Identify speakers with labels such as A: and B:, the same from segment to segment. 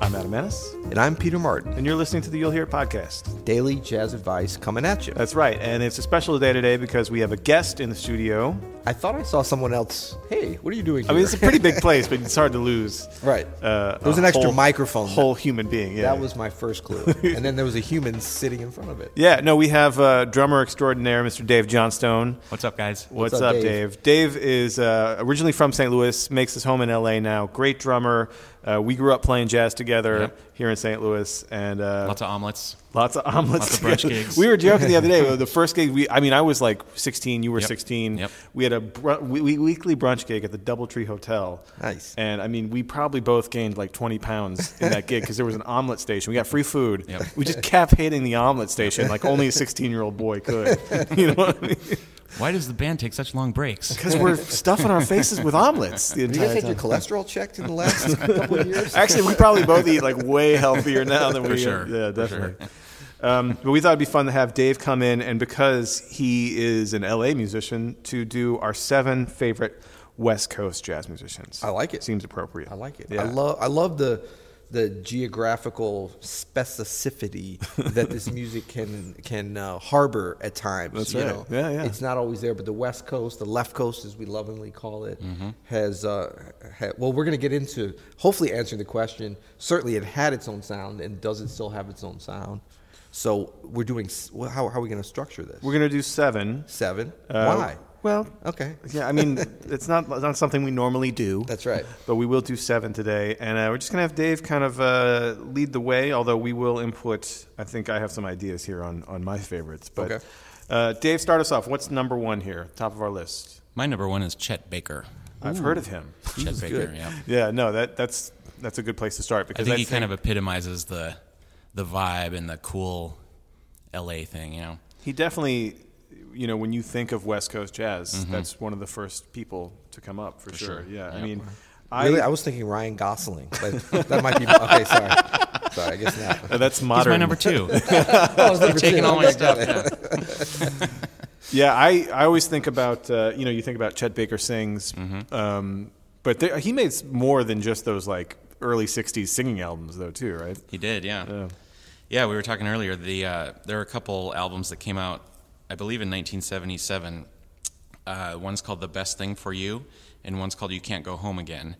A: Dennis,
B: And I'm Peter Martin,
A: and you're listening to the You'll Hear It podcast.
B: daily jazz advice coming at you.
A: That's right, and it's a special day today because we have a guest in the studio.
B: I thought I saw someone else. Hey, what are you doing here?
A: I mean, it's a pretty big place, but it's hard to lose.
B: Right.
A: Uh,
B: There was
A: a
B: an extra
A: whole-
B: microphone.
A: Whole human being. Yeah.
B: That was my first clue. and then there was a human sitting in front of it.
A: Yeah. No, we have uh, drummer extraordinaire, Mr. Dave Johnstone.
C: What's up, guys?
A: What's,
B: up,
A: up, Dave?
B: Dave?
A: Dave is uh, originally from St. Louis, makes his home in LA now. Great drummer. Uh, we grew up playing jazz together
C: Yep.
A: here in St. Louis, and uh,
C: Lots of omelets.
A: Lots of omelets.
C: Lots of brunch gigs.
A: We were joking the other day. The first gig, we, I mean, I was like 16. You were
C: Yep.
A: 16.
C: Yep.
A: We had a br- we, we- weekly brunch gig at the DoubleTree Hotel.
B: Nice.
A: And I mean, we probably both gained like 20 pounds in that gig because there was an omelet station. We got free food.
C: Yep.
A: We just kept hitting the omelet station like only a 16 year old boy could. You know what I mean?
C: Why does the band take such long breaks?
A: Because we're stuffing our faces with omelets the
B: Did you guys
A: entire
B: had your
A: time.
B: cholesterol checked in the last couple of years?
A: Actually, we probably both eat like way healthier now than we.
C: sure.
A: Yeah,
C: For sure.
A: definitely. Um, but we thought it'd be fun to have Dave come in, and because he is an LA musician, to do our seven favorite West Coast jazz musicians.
B: I like it.
A: Seems appropriate.
B: I like it.
A: Yeah.
B: I love I love the the geographical specificity that this music can can uh, harbor at times.
A: That's
B: you
A: right.
B: know?
A: Yeah, yeah.
B: It's not always there, but the West Coast, the Left Coast, as we lovingly call it,
A: Mm-hmm.
B: has uh, ha- well, we're going to get into hopefully answering the question. Certainly, it had its own sound, and does it still have its own sound? So we're doing. s- well, How, how are we going to structure this?
A: We're gonna do seven.
B: Seven.
A: Uh,
B: Why?
A: Well,
B: Okay.
A: yeah. I mean, it's not not something we normally do.
B: That's right.
A: But we will do seven today, and uh, we're just gonna have Dave kind of uh, lead the way. Although we will input, I think I have some ideas here on on my favorites. But
B: Okay.
A: uh, Dave, start us off. What's number one here, top of our list?
C: My number one is Chet Baker.
A: I've heard of him.
C: Chet Baker, yeah.
A: Yeah, no, that that's that's a good place to start
C: I
A: because
C: think he kind of epitomizes the the vibe and the cool LA thing, you know.
A: he definitely, you know, when you think of West Coast jazz, that's one of the first people to come up for, sure.
C: Mm-hmm. sure,
A: Yeah, I
C: yeah.
A: mean,
B: really,
A: I,
B: I was thinking Ryan Gosling. But that might be okay. Sorry, sorry. I guess not.
A: uh, that's
C: He's
A: modern.
C: my number two.
B: I was never
C: Taking
B: seen.
C: all
B: I
C: my
B: looked at
C: stuff.
B: it.
C: yeah.
A: Yeah, I, I always think about uh, you know you think about Chet Baker sings,
C: Mm-hmm.
A: um, but there, he made s- more than just those like early '60s singing albums though too, right?
C: He did, yeah.
A: Yeah.
C: yeah. we were talking earlier. The uh, there are a couple albums that came out, I believe, in 1977. Uh, one's called "The Best Thing for You," and one's called "You Can't Go Home Again."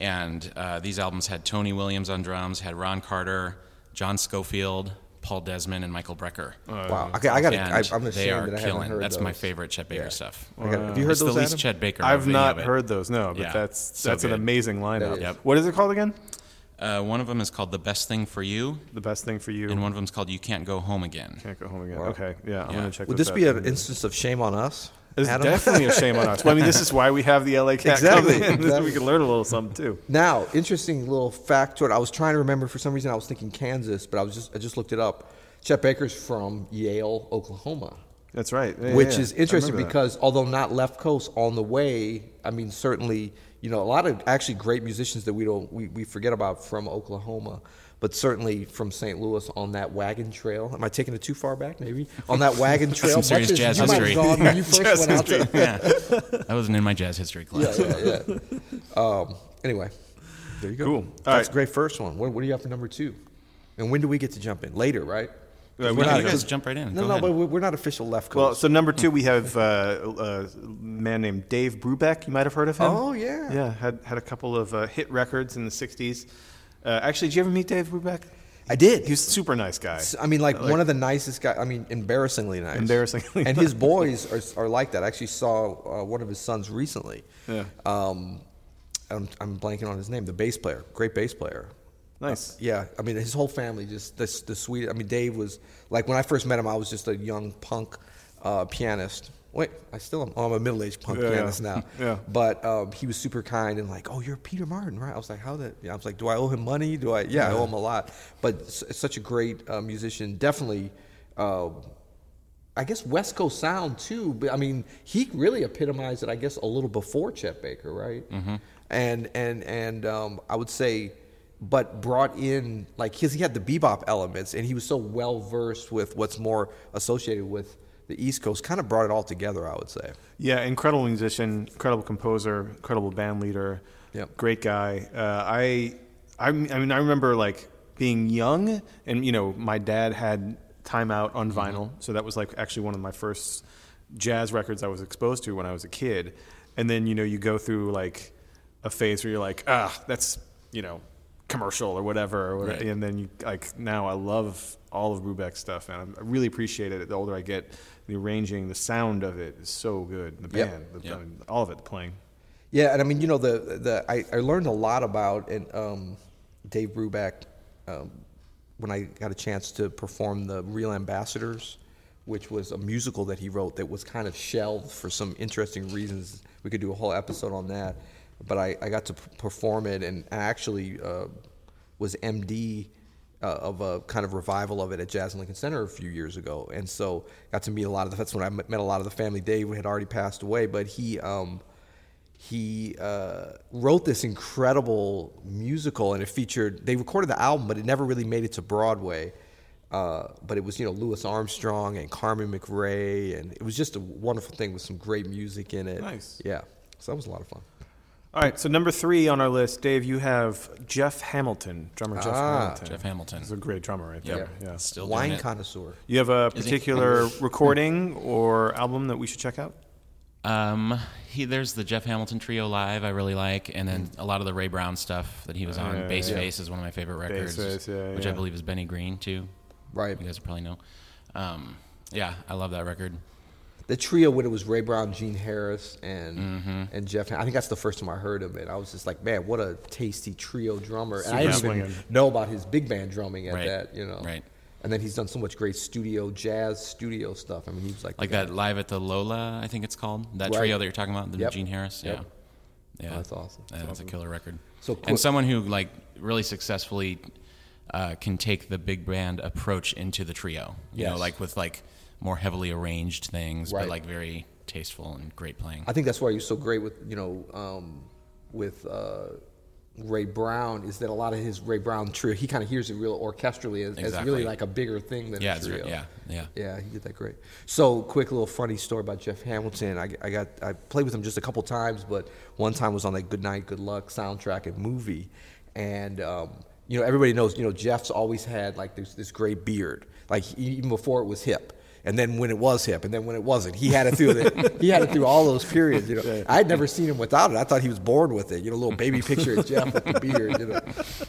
C: And uh, these albums had Tony Williams on drums, had Ron Carter, John Schofield, Paul Desmond, and Michael Brecker.
B: Wow. Okay, I got.
C: and
B: I'm ashamed
C: they are
B: that I haven't
C: killing.
B: heard
C: That's
B: those.
C: my favorite Chet Baker stuff.
B: I gotta- have you heard
C: it's
B: those?
C: the least
B: Adam?
C: Chet Baker.
A: I've
C: movie
A: not
C: of it.
A: heard those, no, but
C: Yeah,
A: that's
C: so
A: that's an
C: good.
A: amazing lineup.
B: is.
A: What is it called again?
C: Uh, one of them is called "The Best Thing for You,"
A: The best thing for you.
C: and one of them is called "You Can't Go Home Again."
A: Can't go home again. Okay, yeah, I'm
C: Yeah.
A: gonna check.
B: Would
A: those
B: this be
A: out.
B: an instance of shame on us?
A: It's
B: Adam?
A: definitely a shame on us. Well, I mean, this is why we have the LA cat
B: Exactly,
A: come in. This- We
B: exactly.
A: can learn a little something too.
B: Now, interesting little factoid. I was trying to remember for some reason. I was thinking Kansas, but I was just I just looked it up. Chet Baker's from Yale, Oklahoma,
A: That's right. Yeah,
B: which
A: yeah,
B: is
A: yeah. I
B: interesting
A: remember that.
B: because although not left coast on the way, I mean certainly you know a lot of actually great musicians that we don't we, we forget about from Oklahoma. But certainly from St. Louis on that wagon trail. Am I taking it too far back? Maybe on that wagon trail.
C: some serious
B: much as
C: jazz
B: you might have
C: history.
B: gone when you first
A: Jazz
B: went out
A: history.
B: to
C: yeah, I wasn't in my jazz history class.
B: yeah, yeah. Um, anyway, there you go.
A: Cool. All
B: That's
A: right.
B: a great first one. What, what do you have for number two? And when do we get to jump in? Later, right? 'Cause
A: Yeah, we
B: we're
A: can-
B: not
C: you guys
B: offici-
C: jump right in.
B: No,
C: Go
B: no,
C: ahead.
B: but we- we're not official left
A: Well,
B: coast.
A: so number two, we have uh, a man named Dave Brubeck. You might have heard of him.
B: Oh, yeah.
A: yeah. Had had a couple of uh, hit records in the '60s. Uh, actually, did you ever meet Dave Brubeck?
B: I did.
A: He was a super nice guy.
B: I mean, like, one of the nicest guys. I mean, embarrassingly nice.
A: Embarrassingly
B: and his boys are, are like that. I actually saw uh, one of his sons recently.
A: Yeah.
B: Um, I'm, I'm blanking on his name. The bass player, great bass player.
A: Nice.
B: Yeah, I mean his whole family just the the sweet. I mean Dave was like when I first met him, I was just a young punk uh, pianist. Wait, I still am. Oh, I'm a middle aged punk
A: Yeah, yeah.
B: pianist now.
A: Yeah.
B: But um, he was super kind and like, oh, you're Peter Martin, right? I was like, how that? Yeah, I was like, do I owe him money? Do I? Yeah, I owe him a lot. But s- such a great uh, musician, definitely. Uh, I guess West Coast sound too, but I mean, he really epitomized it. I guess a little before Chet Baker, right? Mm-hmm. And and and um, I would say, but brought in like his, he had the bebop elements, and he was so well versed with what's more associated with the East Coast. Kind of brought it all together, I would say.
A: Yeah, incredible musician, incredible composer, incredible band leader.
B: Yep.
A: Great guy. Uh, I, I, m- I mean, I remember like being young and you know my dad had Time Out
C: Mm-hmm.
A: on vinyl, so that was like actually one of my first jazz records I was exposed to when I was a kid. And then you know you go through like a phase where you're like, ah, that's you know commercial or whatever, or whatever.
C: Right.
A: and then you like now I love all of Rubeck's stuff, and I'm- I really appreciate it. The older I get, the arranging, the sound of it is so good. The
B: Yep.
A: band, the, I
C: Yep.
A: mean, all of it, the playing.
B: Yeah, and I mean, you know, the the I, I learned a lot about and um, Dave Brubeck um, when I got a chance to perform the Real Ambassadors, which was a musical that he wrote that was kind of shelved for some interesting reasons. We could do a whole episode on that, but I, I got to p- perform it and I actually uh, was MD uh, of a kind of revival of it at Jazz and Lincoln Center a few years ago, and so got to meet a lot of the. That's when I met met a lot of the family. Dave had already passed away, but he. Um, he uh, wrote this incredible musical and it featured they recorded the album but it never really made it to broadway uh, but it was you know louis armstrong and carmen mcrae and it was just a wonderful thing with some great music in it
A: Nice.
B: yeah so that was a lot of fun
A: All right, so number three on our list, Dave, you have Jeff Hamilton, drummer Jeff
B: Ah.
A: Hamilton.
C: Jeff Hamilton.
A: He's a great drummer right there.
B: Yeah.
A: Yeah.
C: Still doing
B: wine
C: it.
B: connoisseur
A: You have a
C: he?
A: particular recording or album that we should check out?
C: Um, he there's the Jeff Hamilton trio live I really like, and then a lot of the Ray Brown stuff that he was on.
A: yeah,
C: Bass
A: yeah.
C: Face is one of my favorite records,
A: Face, yeah,
C: which I
A: yeah.
C: believe is Benny Green too.
B: Right.
C: you guys probably know. Um, yeah, I love that record.
B: the trio when it was ray brown gene harris and
C: Mm-hmm.
B: and jeff i think that's the first time i heard of it i was just like man what a tasty trio drummer and
A: Super
B: i didn't even
A: swinging.
B: know about his big band drumming at
C: Right.
B: that you know
C: Right.
B: and then he's done so much great studio jazz studio stuff i mean he was like
C: Like that live at the Lola, I think it's called that
B: Right.
C: trio that you're talking about, the
B: Yep.
C: Gene Harris.
B: Yep.
C: Yeah, yeah,
B: Oh, that's awesome.
C: Yeah, that's a killer record.
B: So quick-
C: and someone who like really successfully uh, can take the big band approach into the trio. You know,
B: Yes.
C: like with like more heavily arranged things,
B: Right.
C: but like very tasteful and great playing.
B: I think that's why he was so great with you know um, with uh, Ray Brown is that a lot of his Ray Brown trio he kind of hears it real orchestrally as, as
C: Exactly.
B: really like a bigger thing than
C: yeah,
B: a
C: it's
B: trio.
C: re- yeah, yeah.
B: Yeah, he did that great. So, quick little funny story about Jeff Hamilton. I, I got I played with him just a couple times, but one time was on that Good Night, Good Luck soundtrack and movie, and um, you know everybody knows you know Jeff's always had like this, this gray beard, like he- even before it was hip. And then when it was hip, and then when it wasn't, he had it through the, he had it through all those periods. You know, I had never seen him without it. I thought he was born with it. You know, little baby picture of Jeff with the beard. You know,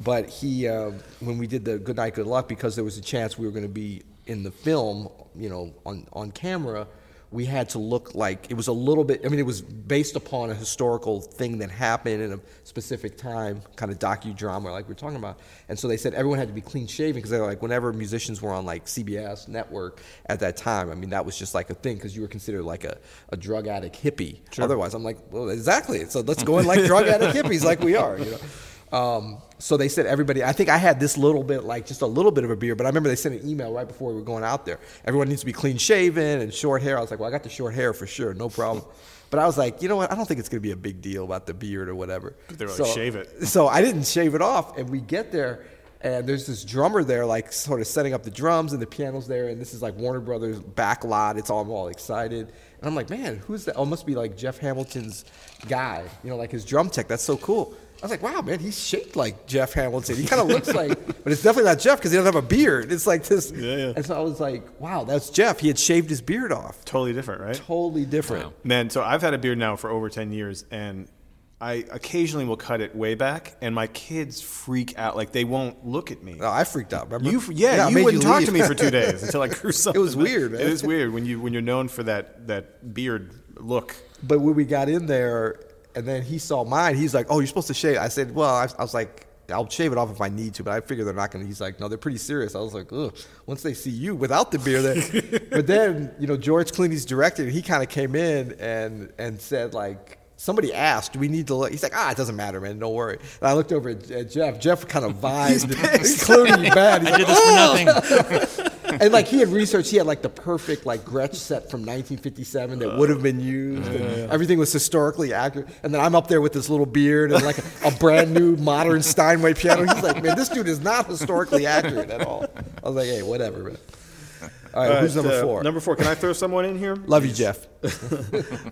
B: but he um, when we did the Good Night, Good Luck, because there was a chance we were going to be in the film, you know, on, on camera, we had to look like it was a little bit. I mean, it was based upon a historical thing that happened in a specific time, kind of docudrama, like we're talking about. And so they said everyone had to be clean shaven because they're like, whenever musicians were on like CBS network at that time, I mean, that was just like a thing because you were considered like a, a drug addict hippie. Otherwise, I'm like, well, exactly. So let's go in like drug addict hippies, like we are, you know. Um, so they said everybody. I think I had this little bit, like just a little bit of a beard, but I remember they sent an email right before we were going out there. Everyone needs to be clean shaven and short hair. I was like, well, I got the short hair for sure, no problem. But I was like, you know what? I don't think it's going to be a big deal about the beard or whatever.
A: But they were like, "Shave it."
B: So I didn't shave it off, and we get there. And there's this drummer there, like sort of setting up the drums, and the piano's there, and this is like Warner Brothers back lot. It's all I'm all excited, and I'm like, man, who's that? Oh, must be like Jeff Hamilton's guy, you know, like his drum tech. That's so cool. I was like, wow, man, he's shaped like Jeff Hamilton. He kind of looks like, but it's definitely not Jeff because he doesn't have a beard. It's like this.
A: Yeah, yeah.
B: And so I was like, wow, that's Jeff. He had shaved his beard off.
A: Totally different, right?
B: Totally different.
C: Wow.
A: Man, so I've had a beard now for over 10 years, and I occasionally will cut it way back, and my kids freak out. Like, they won't look at me.
B: No, I freaked out. Remember?
A: You, yeah,
B: Oh. I
A: you
B: made
A: wouldn't talk to me
B: leave.
A: for two days until I grew something.
B: was weird, man.
A: It is weird when you when you're known for that that beard look.
B: But when we got in there, and then he saw mine, he's like, "Oh, you're supposed to shave." I said, "Well, I, I was like, I'll shave it off if I need to, but I figure they're not going to." He's like, "No, they're pretty serious." I was like, "Ugh." Once they see you without the beard, they but then you know George Clooney's directed. He kind of came in and and said like. Somebody asked, "Do we need to?" Look? He's like, "Ah, it doesn't matter, man. Don't worry." And I looked over at, at Jeff. Jeff kind of vibed. He's Clooney bad. He's
C: I
B: like,
C: did this for
B: "Oh!"
C: nothing.
B: and like he had researched, he had like the perfect like Gretsch set from 1957 that would have been used. and Everything was historically accurate. And then I'm up there with this little beard and like a, brand new modern Steinway piano. He's like, man, this dude is not historically accurate at all. I was like, hey, whatever. man. All right, who's
A: But,
B: number
A: uh,
B: four?
A: Number four. Can I throw someone in here?
B: Love you, Jeff.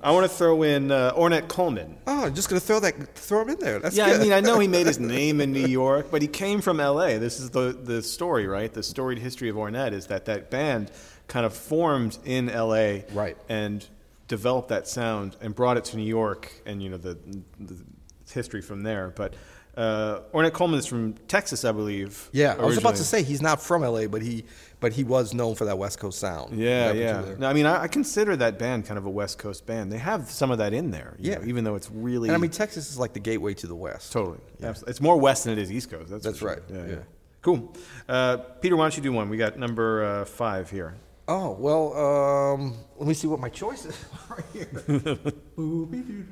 A: I want to throw in uh, Ornette Coleman.
B: Oh, I'm just gonna throw that, throw him in there. That's
A: yeah,
B: good.
A: I mean, I know he made his name in New York, but he came from L.A. This is the the story, right? The storied history of Ornette is that that band kind of formed in L.A.
B: Right.
A: and developed that sound and brought it to New York, and you know the, the history from there. But uh, Ornette Coleman is from Texas, I believe.
B: yeah, I was about
A: originally.
B: to say he's not from LA, but he, but he was known for that West Coast sound.
A: Yeah,
B: That
A: yeah.
B: particular-
A: No, I mean, I, I consider that band kind of a West Coast band. They have some of that in there, you
B: Yeah.
A: know, even though it's really.
B: And I mean, Texas is like the gateway to the West.
A: Totally. Absolutely. It's more west than it is east coast. That's, for
B: That's
A: sure.
B: right.
A: Yeah, yeah.
B: Yeah.
A: Cool. Uh, Peter, why don't you do one? We got number uh, five here.
B: Oh well, um, let me see what my choices are here. Boop-a-doo.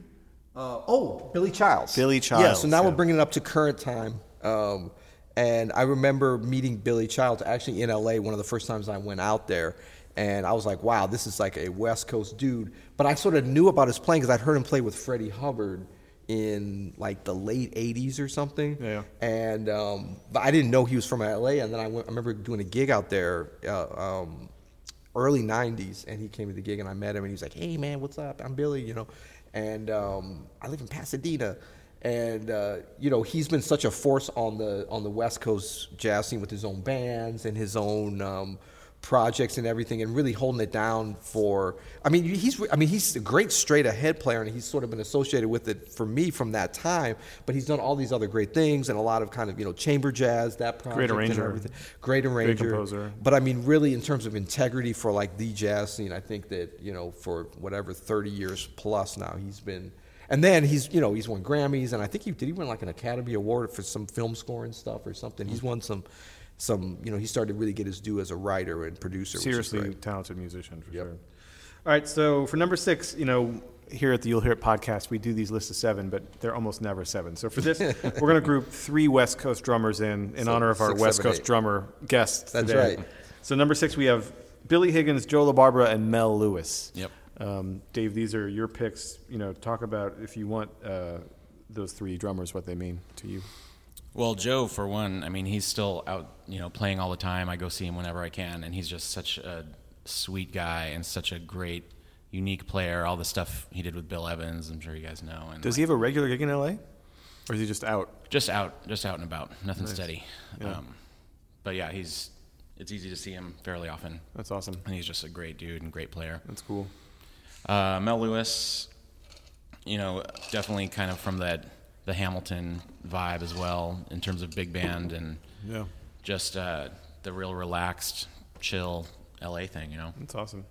B: uh, oh, Billy Childs.
A: Billy
B: Yeah. So
A: Childs,
B: now
A: yeah.
B: we're bringing it up to current time. Um, and I remember meeting Billy Childs actually in LA one of the first times I went out there. And I was like, wow, this is like a West Coast dude. But I sort of knew about his playing because I'd heard him play with Freddie Hubbard in like the late 80s or something
A: Yeah.
B: and um, but I didn't know he was from LA. And then I, went, I remember doing a gig out there, uh, um, early '90s, and he came to the gig, and I met him, and he was like, "Hey, man, what's up? I'm Billy, you know, and um, I live in Pasadena." And uh, you know he's been such a force on the on the West Coast jazz scene with his own bands and his own um, projects and everything, and really holding it down for. I mean, he's I mean he's a great straight ahead player, and he's sort of been associated with it for me from that time. But he's done all these other great things and a lot of kind of you know chamber jazz that project and
A: arranger.
B: everything. great arranger,
A: composer.
B: But I mean, really, in terms of integrity for like the jazz scene, I think that you know for whatever thirty years plus now he's been. And then he's, you know, he's won Grammys, and I think he did. He win like an Academy Award for some film score and stuff or something. He's won some, some, you know, he started to really get his due as a writer and producer. which is great.
A: Seriously talented musician for sure. All right, so for number six, you know, here at the You'll Hear It podcast, we do these lists of seven, but they're almost never seven. So for this, we're going to group three West Coast drummers in in
B: So
A: honor of our
B: six,
A: West
B: seven,
A: Coast
B: eight.
A: drummer guests.
B: That's
A: today.
B: right.
A: So number six, we have Billy Higgins, Joe LaBarbera, and Mel Lewis.
C: Yep.
A: Um, Dave, these are your picks. You know, talk about if you want uh, those three drummers, what they mean to you.
C: Well, Joe, for one, I mean, he's still out, you know, playing all the time. I go see him whenever I can, and he's just such a sweet guy and such a great, unique player. All the stuff he did with Bill Evans, I'm sure you guys know, and
A: Does he have a regular gig in LA, or is he just out?
C: just out, just out and about, nothing steady. Um, but yeah, he's it's easy to see him fairly often,
A: That's awesome.
C: and he's just a great dude and great player.
A: That's cool.
C: Uh, Mel Lewis, you know, definitely kind of from that the Hamilton vibe as well in terms of big band and
A: Yeah,
C: just uh, the real relaxed, chill LA thing, you know.
A: that's awesome.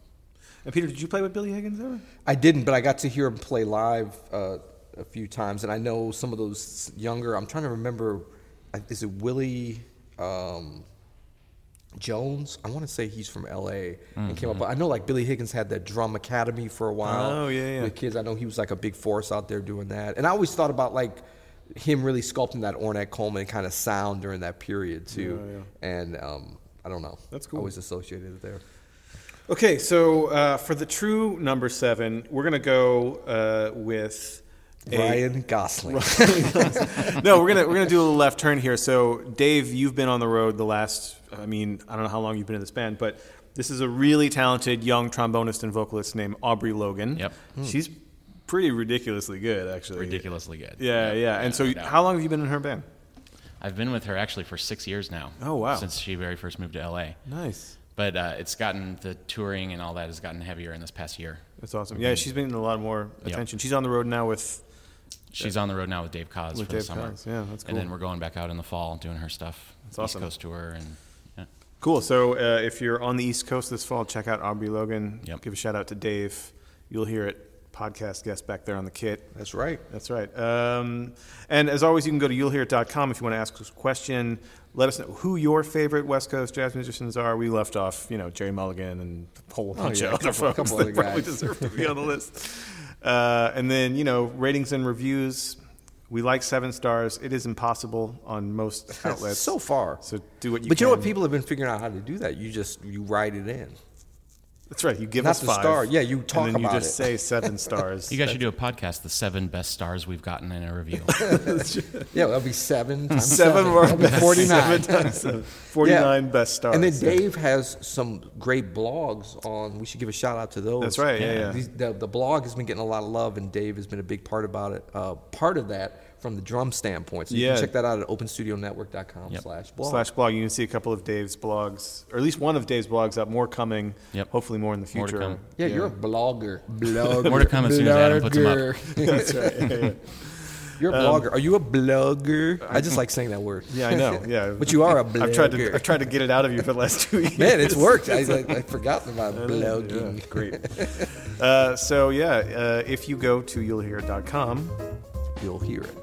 A: And Peter, did you play with Billy Higgins ever?
B: I didn't, but I got to hear him play live uh, a few times, and I know some of those younger. I'm trying to remember. I- Is it Willie um, Jones? I want to say he's from L.A. and came up. But I know like Billy Higgins had that drum academy for a while.
A: Mm-hmm. Oh, yeah, yeah.
B: With kids, I know he was like a big force out there doing that. And I always thought about like him really sculpting that Ornette Coleman kind of sound during that period too. And um, I don't know.
A: That's cool.
B: I always associated it there.
A: Okay, so uh, for the true number seven, we're gonna go uh, with a-
B: Ryan Gosling.
A: no, we're gonna we're gonna do a little left turn here. So, Dave, you've been on the road the last. I mean, I don't know how long you've been in this band, but this is a really talented young trombonist and vocalist named Aubrey Logan.
C: Yep.
A: she's pretty ridiculously good, actually.
C: Ridiculously good.
A: Yeah, yeah. And so,
C: no doubt.
A: how long have you been in her band?
C: I've been with her actually for six years now.
A: Oh, wow.
C: Since she very first moved to LA.
A: Nice.
C: But uh, it's gotten the touring and all that has gotten heavier in this past year.
A: That's awesome. Yeah, she's been getting a lot more
C: Yep.
A: attention. She's on the road now with
C: She's on the road now with Dave Cos
A: With
C: for the
A: Dave
C: summer.
A: Koz, yeah, that's cool.
C: And then we're going back out in the fall doing her stuff.
A: That's
C: East
A: awesome.
C: Coast tour and yeah.
A: Cool. So uh, if you're on the East Coast this fall, check out Aubrey Logan.
C: Yep.
A: Give a shout out to Dave. You'll hear it. Podcast guest back there on the kit.
B: That's right.
A: That's right. Um, and as always, you can go to you'llhear.com if you want to ask us a question. Let us know who your favorite West Coast jazz musicians are. We left off, you know, Jerry Mulligan and a whole bunch
B: Oh, yeah, a
A: of other
B: couple- a
A: folks
B: couple
A: that
B: other
A: probably
B: guys.
A: deserve to be on the list. Uh, and then, you know, ratings and reviews. We like seven stars. It is impossible on most outlets.
B: So far.
A: So do what you
B: but you know what?
A: can.
B: People have been figuring out how to do that. You just you write it in.
A: That's right. You give
B: Not
A: us
B: the
A: five.
B: star. Yeah, you talk
A: and then
B: about
A: you just
B: it.
A: say seven stars.
C: You guys should do a podcast: the seven best stars we've gotten in a review.
B: Yeah, that'll be seven times
A: seven
B: seven.
A: were
B: That'll be
A: best.
B: 49.
A: Seven times seven. 49 best stars.
B: And then Dave has some great blogs on. We should give a shout out to those.
A: That's right, yeah, yeah.
B: These- the, the blog has been getting a lot of love, and Dave has been a big part about it. Uh, part of that from the drum standpoint. So you
A: Yeah.
B: can check that out at openstudionetwork.com
C: Yep.
B: slash blog.
A: slash blog. You can see a couple of Dave's blogs, or at least one of Dave's blogs up. More coming.
C: Yep.
A: Hopefully, more in the
C: More to
A: future.
C: come.
B: yeah, you're a blogger. Blogger.
C: More to come as soon as Adam puts 'em up.
A: That's right. Yeah, yeah.
B: You're a blogger. Are you a blogger? I just like saying that word.
A: Um, Yeah, I know. Yeah,
B: But you are a
A: I've tried to
B: blogger.
A: I've tried to get it out of you for the last two years.
B: Man, it's worked. I, I, I'd forgotten about
A: I know,
B: blogging.
A: yeah, great. uh, so yeah, uh, if you go to you'llhear.com,
B: You'll hear it.